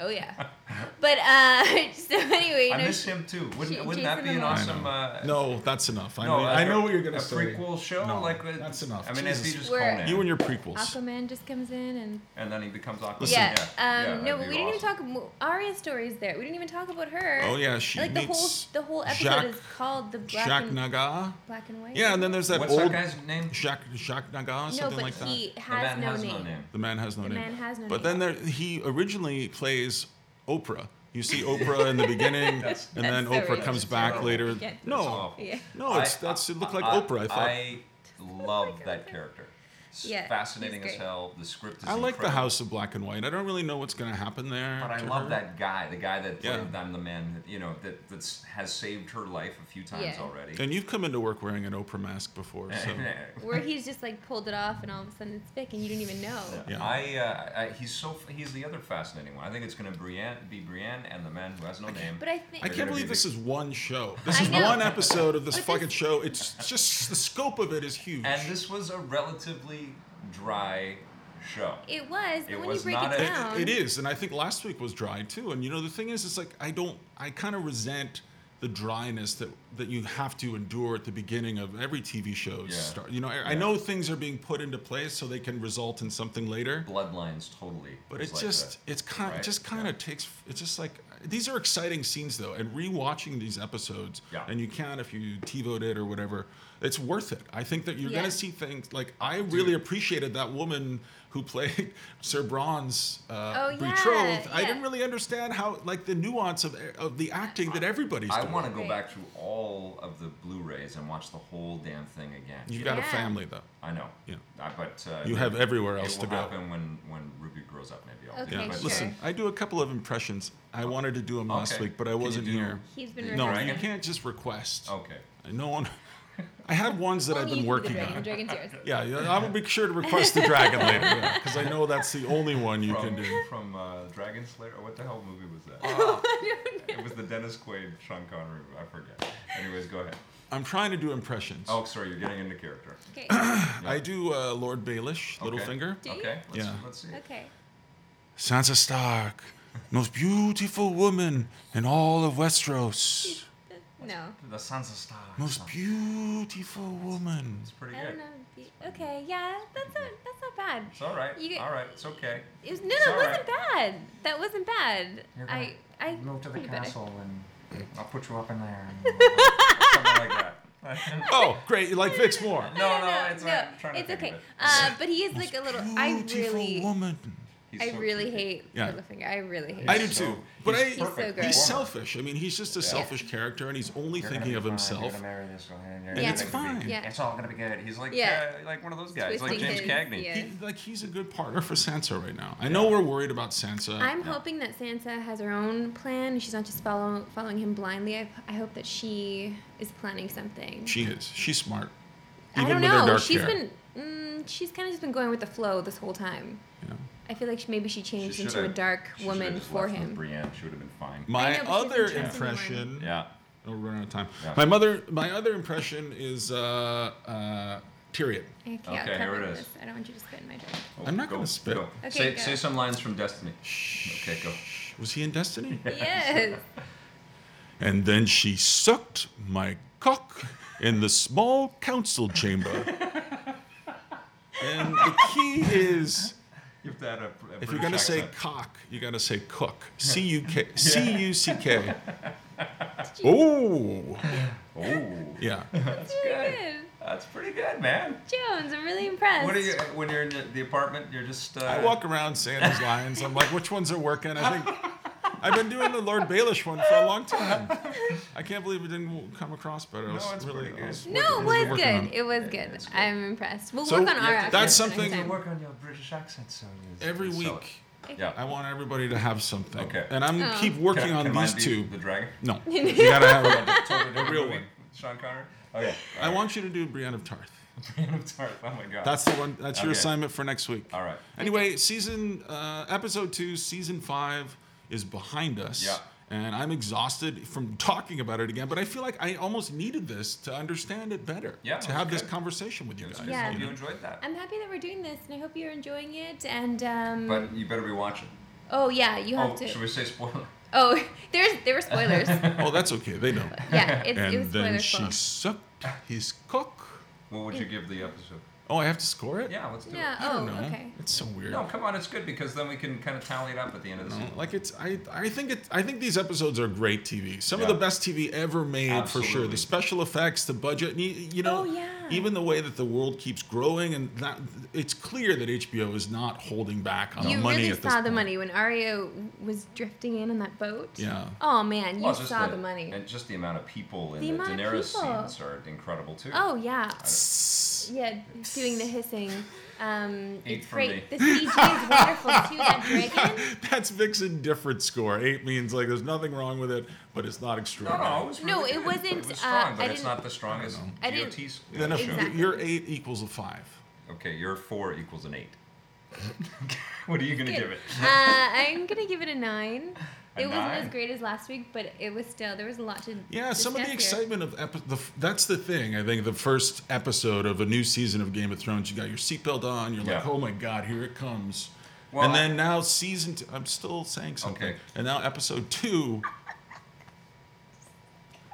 Speaker 3: Oh yeah. But uh, so anyway,
Speaker 1: I
Speaker 3: no,
Speaker 1: miss
Speaker 3: she-
Speaker 1: him too. Wouldn't,
Speaker 3: she-
Speaker 1: wouldn't
Speaker 3: she's
Speaker 1: that
Speaker 3: in
Speaker 1: be
Speaker 3: the
Speaker 1: an
Speaker 3: wrong- I
Speaker 1: awesome? Uh,
Speaker 2: No, that's enough. I,
Speaker 1: No,
Speaker 2: know,
Speaker 1: like
Speaker 2: I
Speaker 1: a-
Speaker 2: know what you're gonna
Speaker 1: a
Speaker 2: say.
Speaker 1: prequel show,
Speaker 2: No,
Speaker 1: like with-
Speaker 2: that's enough.
Speaker 1: I mean,
Speaker 2: Jesus.
Speaker 1: as you just
Speaker 3: We're-
Speaker 1: Conan,
Speaker 2: you and your prequels.
Speaker 3: Aquaman just comes in and
Speaker 1: and then he becomes Aquaman.
Speaker 2: Listen.
Speaker 3: yeah.
Speaker 1: yeah,
Speaker 3: Um,
Speaker 1: that'd
Speaker 3: no, but
Speaker 1: be
Speaker 3: we didn't even
Speaker 1: awesome.
Speaker 3: talk. mo- Arya's story's there. We didn't even talk about her.
Speaker 2: Oh yeah, she
Speaker 3: Like the whole
Speaker 2: meets
Speaker 3: the whole episode
Speaker 2: Jacques-
Speaker 3: is called the black
Speaker 2: Jacques
Speaker 3: and
Speaker 2: Naga.
Speaker 3: black and white.
Speaker 2: Yeah, and then there's that
Speaker 1: What's
Speaker 2: old
Speaker 1: that guy's name?
Speaker 2: Jacques Jacques Naga,
Speaker 3: no,
Speaker 2: something
Speaker 3: but
Speaker 2: like that.
Speaker 3: he
Speaker 1: The
Speaker 3: has,
Speaker 1: man
Speaker 3: no,
Speaker 1: has
Speaker 3: name.
Speaker 1: no name.
Speaker 2: the man has no
Speaker 3: The
Speaker 2: name.
Speaker 3: man has no
Speaker 2: but
Speaker 3: name.
Speaker 2: then there, he originally plays Oprah. You see Oprah in the beginning,
Speaker 1: That's-
Speaker 2: and then
Speaker 3: That's so
Speaker 2: Oprah
Speaker 3: racist.
Speaker 2: comes back
Speaker 1: Terrible.
Speaker 2: later.
Speaker 3: Yeah.
Speaker 2: No,
Speaker 1: That's awful.
Speaker 3: Yeah.
Speaker 2: no, it's
Speaker 1: I-
Speaker 2: that's it looked like
Speaker 1: I-
Speaker 2: Oprah. I thought. I,
Speaker 1: I love that character. It's
Speaker 3: Yeah, he's
Speaker 1: fascinating as
Speaker 3: great.
Speaker 1: hell. The script is.
Speaker 2: like the
Speaker 1: incredible.
Speaker 2: House of Black and White. I don't really know what's going to happen there.
Speaker 1: But I
Speaker 2: to
Speaker 1: love
Speaker 2: her.
Speaker 1: that guy, the guy that played
Speaker 2: Yeah.
Speaker 1: them, the man that you know that that's, has saved her life a few times
Speaker 3: Yeah.
Speaker 1: already.
Speaker 2: And you've come into work wearing an Oprah mask before, so
Speaker 3: Where he's just like pulled it off and all of a sudden it's Vic and you didn't even know.
Speaker 2: Yeah.
Speaker 1: I, uh, I he's so f- he's the other fascinating one. I think it's going to Brienne, be Brienne and the man who has no name.
Speaker 3: But I think
Speaker 2: I
Speaker 1: They're
Speaker 2: can't
Speaker 1: gonna
Speaker 2: believe
Speaker 1: be
Speaker 2: this
Speaker 1: the-
Speaker 2: is one show. This
Speaker 3: I
Speaker 2: is
Speaker 3: know.
Speaker 2: one episode of this
Speaker 3: But
Speaker 2: fucking
Speaker 3: this-
Speaker 2: show. It's just the scope of it is huge.
Speaker 1: and this was a relatively dry show.
Speaker 3: it was, but
Speaker 1: It
Speaker 3: when
Speaker 1: was
Speaker 3: you break
Speaker 1: not
Speaker 3: it
Speaker 1: a-
Speaker 3: down,
Speaker 2: It is, and I think last week was dry too. And you know, the thing is, it's like I don't, I kind of resent the dryness that that you have to endure at the beginning of every TV show's
Speaker 1: Yeah.
Speaker 2: start. You know, I, I
Speaker 1: Yeah.
Speaker 2: know things are being put into place so they can result in something later,
Speaker 1: Bloodlines totally.
Speaker 2: but
Speaker 1: was
Speaker 2: it
Speaker 1: like
Speaker 2: just,
Speaker 1: that.
Speaker 2: it's kind,
Speaker 1: Right,
Speaker 2: just kind
Speaker 1: yeah.
Speaker 2: of takes. It's just like these are exciting scenes though, and rewatching these episodes,
Speaker 1: Yeah.
Speaker 2: and you can if you TiVoed it or whatever, it's worth it. I think that you're
Speaker 3: Yeah.
Speaker 2: gonna see things like I really appreciated that woman who played Sir Bron's uh,
Speaker 3: Oh, yeah,
Speaker 2: betrothed. I
Speaker 3: yeah.
Speaker 2: didn't really understand how like the nuance of eh, of the acting that everybody's
Speaker 1: I
Speaker 2: doing.
Speaker 1: want to go
Speaker 3: Right.
Speaker 1: back through all of the Blu-rays and watch the whole damn thing again.
Speaker 2: You've got a
Speaker 3: Yeah.
Speaker 2: family though.
Speaker 1: I know.
Speaker 2: Yeah.
Speaker 1: I, but uh,
Speaker 2: You have everywhere else
Speaker 1: it
Speaker 2: to
Speaker 1: will
Speaker 2: go.
Speaker 1: happen when when Ruby grows up. Maybe I'll do
Speaker 3: Okay,
Speaker 1: it, but-
Speaker 3: sure.
Speaker 2: Listen, I do a couple of impressions. I wanted to do them last
Speaker 1: Okay.
Speaker 2: week, but I
Speaker 1: Can you
Speaker 2: wasn't
Speaker 1: do-
Speaker 2: here.
Speaker 3: he's been
Speaker 2: No,
Speaker 1: Dragon?
Speaker 2: you can't just request.
Speaker 1: uh, Okay.
Speaker 2: No one. I have ones that I've
Speaker 3: Only
Speaker 2: been
Speaker 3: you can do
Speaker 2: working
Speaker 3: the
Speaker 2: on.
Speaker 3: dragon. Dragon's yours.
Speaker 2: Yeah, yeah, I will be sure to request the dragon later because I know that's the only one you
Speaker 1: From,
Speaker 2: can do.
Speaker 1: from uh, Dragon Slayer, or what the hell movie was that?
Speaker 3: Oh.
Speaker 1: it was the Dennis Quaid, Sean Connery. I forget. Anyways, go ahead.
Speaker 2: I'm trying to do impressions.
Speaker 1: Oh, sorry, you're getting into character.
Speaker 3: Okay.
Speaker 2: I do uh, Lord Baelish,
Speaker 1: Okay.
Speaker 2: Littlefinger.
Speaker 3: Do you?
Speaker 1: Okay. Let's,
Speaker 2: Yeah.
Speaker 1: Let's see.
Speaker 3: Okay.
Speaker 2: Sansa Stark, most beautiful woman in all of Westeros.
Speaker 3: No.
Speaker 1: The Sansa Stark.
Speaker 2: Most beautiful woman.
Speaker 1: It's pretty
Speaker 3: I don't
Speaker 1: good.
Speaker 3: know. The- Okay, yeah, that's not that's not bad.
Speaker 1: It's all right.
Speaker 3: You get-
Speaker 1: all right. It's okay.
Speaker 3: It was, no,
Speaker 1: It's
Speaker 3: that
Speaker 1: all right.
Speaker 3: wasn't bad. That wasn't bad.
Speaker 1: You're gonna
Speaker 3: I I
Speaker 1: Move to the
Speaker 3: pretty bad.
Speaker 1: castle and I'll put you up in there. And something like that.
Speaker 2: Oh, great! You like Vix more?
Speaker 1: no,
Speaker 3: No,
Speaker 1: no,
Speaker 3: no,
Speaker 1: it's,
Speaker 3: no,
Speaker 1: I'm trying to
Speaker 3: it's
Speaker 1: think of
Speaker 3: okay.
Speaker 1: it.
Speaker 3: Uh, but he is like
Speaker 2: Most
Speaker 3: a little. I
Speaker 2: beautiful
Speaker 3: really
Speaker 2: woman.
Speaker 1: He's
Speaker 3: I
Speaker 1: so
Speaker 3: really
Speaker 1: creepy.
Speaker 3: hate
Speaker 2: Yeah.
Speaker 3: Littlefinger. I really hate.
Speaker 2: I
Speaker 3: him.
Speaker 2: do
Speaker 1: so-
Speaker 2: too. But I,
Speaker 1: he's
Speaker 2: he's,
Speaker 3: so
Speaker 1: perfect
Speaker 3: good.
Speaker 1: performer.
Speaker 2: selfish. I mean, he's just a selfish character, and he's only
Speaker 1: You're gonna
Speaker 2: thinking
Speaker 1: be
Speaker 2: of
Speaker 1: fine. You're
Speaker 2: himself.
Speaker 1: gonna marry this girl, and you're
Speaker 2: And
Speaker 1: gonna
Speaker 2: it's
Speaker 1: make it big.
Speaker 2: fine.
Speaker 3: Yeah.
Speaker 1: It's all gonna be good. He's like
Speaker 3: Yeah.
Speaker 1: uh, like one of those guys, like
Speaker 3: Twisting
Speaker 1: James
Speaker 3: his-
Speaker 1: Cagney.
Speaker 3: yeah.
Speaker 2: He, like he's a good partner for Sansa right now. I know we're worried about Sansa.
Speaker 3: I'm hoping that Sansa has her own plan. and She's not just follow, following him blindly. I, I hope that she is planning something.
Speaker 2: she is. She's smart.
Speaker 3: I don't
Speaker 2: with her
Speaker 3: know.
Speaker 2: dark
Speaker 3: She's
Speaker 2: hair.
Speaker 3: been mm, she's kind of just been going with the flow this whole time.
Speaker 2: Yeah.
Speaker 3: I feel like she, maybe she changed
Speaker 1: She
Speaker 3: into a
Speaker 1: should've-
Speaker 3: dark
Speaker 1: she should've
Speaker 3: woman
Speaker 1: just
Speaker 3: for
Speaker 1: left with
Speaker 3: him.
Speaker 1: Brienne, she would have been fine.
Speaker 3: know, but
Speaker 2: My
Speaker 3: she's
Speaker 2: other
Speaker 3: in Chelsea
Speaker 2: impression.
Speaker 1: Yeah.
Speaker 2: Oh, we're running out of time.
Speaker 1: Yeah.
Speaker 2: My mother. My other impression is uh, uh, Tyrion.
Speaker 3: Okay, I'll
Speaker 1: Okay, here
Speaker 3: cover
Speaker 1: it is.
Speaker 3: this. I don't want you to spit in my drink.
Speaker 1: Oh,
Speaker 2: I'm not
Speaker 1: go,
Speaker 2: gonna spit.
Speaker 1: Go.
Speaker 3: Okay,
Speaker 1: say,
Speaker 3: go.
Speaker 1: say some lines from Destiny. Okay, go.
Speaker 2: Was he in Destiny?
Speaker 3: Yes.
Speaker 2: And then she sucked my cock in the small council chamber. and the key is
Speaker 1: Give that a, a
Speaker 2: if you're gonna say cock, you gotta say cook. C U K C U C K. Oh
Speaker 1: oh,
Speaker 2: yeah.
Speaker 1: that's
Speaker 3: Really
Speaker 1: good.
Speaker 3: good.
Speaker 1: That's pretty good, man.
Speaker 3: Jones, I'm really impressed.
Speaker 1: What are you when you're in the, the apartment? You're just uh,
Speaker 2: I walk around saying those lines. I'm like, which ones are working? I think I've been doing the Lord Baelish one for a long time. I can't believe it didn't come across better. I was
Speaker 1: it's
Speaker 2: really,
Speaker 1: pretty
Speaker 2: I was
Speaker 1: good.
Speaker 3: No, it was
Speaker 2: working on
Speaker 3: good.
Speaker 2: it.
Speaker 3: It was
Speaker 1: Yeah,
Speaker 3: good.
Speaker 1: it's good.
Speaker 3: I'm impressed. We'll
Speaker 2: So,
Speaker 3: work on
Speaker 2: you
Speaker 3: our
Speaker 2: have
Speaker 3: accent.
Speaker 2: to- that's
Speaker 3: next
Speaker 2: something-
Speaker 3: time.
Speaker 1: work on your British accent, so you-
Speaker 2: every
Speaker 1: you sell
Speaker 2: week.
Speaker 1: it. Yeah.
Speaker 2: I want everybody to have something.
Speaker 1: Okay.
Speaker 2: And I'm
Speaker 3: Oh.
Speaker 2: keep
Speaker 1: Can-
Speaker 2: working
Speaker 1: can
Speaker 2: on
Speaker 1: mine
Speaker 2: these
Speaker 1: be
Speaker 2: two.
Speaker 1: The dragon.
Speaker 2: No, you gotta have.
Speaker 1: Yeah, totally different
Speaker 2: real
Speaker 1: movie.
Speaker 2: one.
Speaker 1: Sean Connery. Okay.
Speaker 2: I want you to do Brienne of Tarth.
Speaker 1: Brienne of Tarth. Oh my god.
Speaker 2: That's the one. That's your
Speaker 1: Okay.
Speaker 2: assignment for next week.
Speaker 1: all right.
Speaker 2: Anyway, season uh, episode two, season five is behind us.
Speaker 1: Yeah.
Speaker 2: And I'm exhausted from talking about it again, but I feel like I almost needed this to understand it better.
Speaker 1: Yeah,
Speaker 2: To
Speaker 1: that's
Speaker 2: have this
Speaker 1: good.
Speaker 2: conversation with you guys.
Speaker 3: Yeah.
Speaker 1: Hope you enjoyed that.
Speaker 3: I'm happy that we're doing this, and I hope you're enjoying it. And um,
Speaker 1: But you better be watching.
Speaker 3: oh yeah, you have
Speaker 1: Oh,
Speaker 3: to.
Speaker 1: should we say spoiler?
Speaker 3: Oh, there's there were spoilers.
Speaker 2: Oh, that's okay. They know.
Speaker 3: yeah, it, it was
Speaker 2: and then
Speaker 3: spoilers.
Speaker 2: she sucked his cock.
Speaker 1: What would you give the episode?
Speaker 2: Oh, I have to score it.
Speaker 1: Yeah, let's do
Speaker 3: Yeah.
Speaker 1: it.
Speaker 2: I
Speaker 3: Oh,
Speaker 2: don't know.
Speaker 3: okay.
Speaker 2: It's so weird.
Speaker 1: No, come on, it's good because then we can kind of tally it up at the end of the
Speaker 2: know?
Speaker 1: season.
Speaker 2: Like it's I I think it I think these episodes are great TV. Some of
Speaker 1: Yeah.
Speaker 2: the best TV ever made for sure.
Speaker 1: Absolutely.
Speaker 2: The special effects, the budget, and you, you know,
Speaker 3: Oh, yeah.
Speaker 2: even the way that the world keeps growing and that it's clear that HBO is not holding back on
Speaker 3: you
Speaker 2: the money
Speaker 3: really
Speaker 2: at
Speaker 3: saw
Speaker 2: this
Speaker 3: the
Speaker 2: point.
Speaker 3: money when Arya was drifting in on that boat.
Speaker 2: Yeah.
Speaker 3: Oh man, you
Speaker 1: Well, just
Speaker 3: saw the, money.
Speaker 1: And just the amount of people in
Speaker 3: The
Speaker 1: the,
Speaker 3: amount of
Speaker 1: Daenerys
Speaker 3: people.
Speaker 1: scenes are incredible too.
Speaker 3: Oh yeah.
Speaker 2: Tss.
Speaker 3: Yeah, doing the hissing. Um,
Speaker 1: Eight
Speaker 3: it's
Speaker 1: for
Speaker 3: great.
Speaker 1: me.
Speaker 3: The CG is wonderful too. That dragon.
Speaker 2: That's Vixen different score. Eight means like there's nothing wrong with it, but it's not
Speaker 1: No,
Speaker 2: extraordinary.
Speaker 1: no, it was
Speaker 3: No,
Speaker 1: really
Speaker 3: it
Speaker 1: good.
Speaker 3: wasn't,
Speaker 1: It was
Speaker 3: uh,
Speaker 1: strong, but
Speaker 3: I
Speaker 1: it's
Speaker 3: didn't-
Speaker 1: not the strongest
Speaker 3: I didn't-
Speaker 1: GOT's
Speaker 2: Then if
Speaker 1: show.
Speaker 3: Exactly.
Speaker 2: your eight equals a five.
Speaker 1: Okay, your four equals an eight. what are you gonna
Speaker 3: Good.
Speaker 1: give it?
Speaker 3: Uh, I'm gonna give it a nine.
Speaker 1: A
Speaker 3: it was wasn't
Speaker 1: nine?
Speaker 3: as great as last week, but it was still there was a lot to.
Speaker 2: Yeah, some of
Speaker 3: discuss
Speaker 2: the
Speaker 3: here.
Speaker 2: excitement of epi- the, f- that's the thing. I think the first episode of a new season of Game of Thrones, you got your seatbelt on, you're like,
Speaker 1: Yeah.
Speaker 2: oh my god, here it comes.
Speaker 1: Well,
Speaker 2: and
Speaker 1: I-
Speaker 2: then now season two, I'm still saying something.
Speaker 1: Okay.
Speaker 2: And now episode two.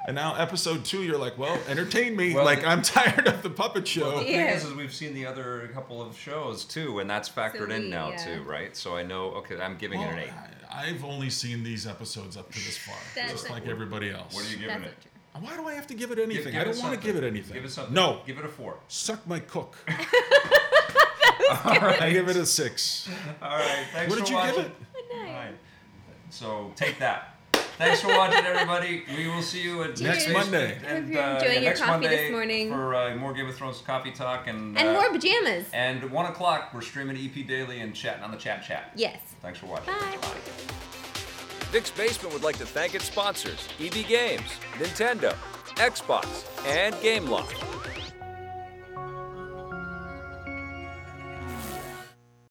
Speaker 2: And now episode two, you're like, well, entertain me.
Speaker 1: Well,
Speaker 2: like
Speaker 1: it-
Speaker 2: I'm tired of the puppet
Speaker 1: Well,
Speaker 2: show.
Speaker 1: the thing
Speaker 3: Yeah.
Speaker 1: is, is we've seen the other couple of shows too, and that's factored in
Speaker 3: we- uh,
Speaker 1: now
Speaker 3: yeah.
Speaker 1: too, right? So I know. Okay, I'm giving
Speaker 2: Well,
Speaker 1: it an eight.
Speaker 2: I, have only seen these episodes up to this far,
Speaker 3: That's
Speaker 2: just
Speaker 3: it.
Speaker 2: like everybody else.
Speaker 1: What are you giving
Speaker 3: That's
Speaker 1: it?
Speaker 3: not true.
Speaker 2: Why do I have to give it
Speaker 1: Gi-
Speaker 2: anything?
Speaker 1: give
Speaker 2: I don't want to
Speaker 1: something.
Speaker 2: give it anything.
Speaker 1: Give it something.
Speaker 2: No,
Speaker 1: Give it a four.
Speaker 2: suck my cook.
Speaker 1: All right.
Speaker 2: I give it a six.
Speaker 1: All right. Thanks
Speaker 2: What
Speaker 1: for
Speaker 2: did you
Speaker 1: watching.
Speaker 2: give it?
Speaker 3: A nine.
Speaker 1: All right. So take that. Thanks for watching, everybody. We will see you at
Speaker 2: Next
Speaker 1: Facebook
Speaker 2: Monday.
Speaker 1: And,
Speaker 3: Hope you're
Speaker 1: uh,
Speaker 3: enjoying
Speaker 1: yeah,
Speaker 3: your
Speaker 1: next
Speaker 3: coffee this morning.
Speaker 1: Monday for uh, more Game of Thrones coffee talk and
Speaker 3: And
Speaker 1: uh,
Speaker 3: more pajamas.
Speaker 1: And at one o'clock, we're streaming EP Daily and chatting on the chat chat.
Speaker 3: Yes.
Speaker 1: Thanks for watching.
Speaker 3: Bye.
Speaker 4: Vic's Basement would E like to thank its sponsors EB Games, Nintendo, Xbox, and GameLoft.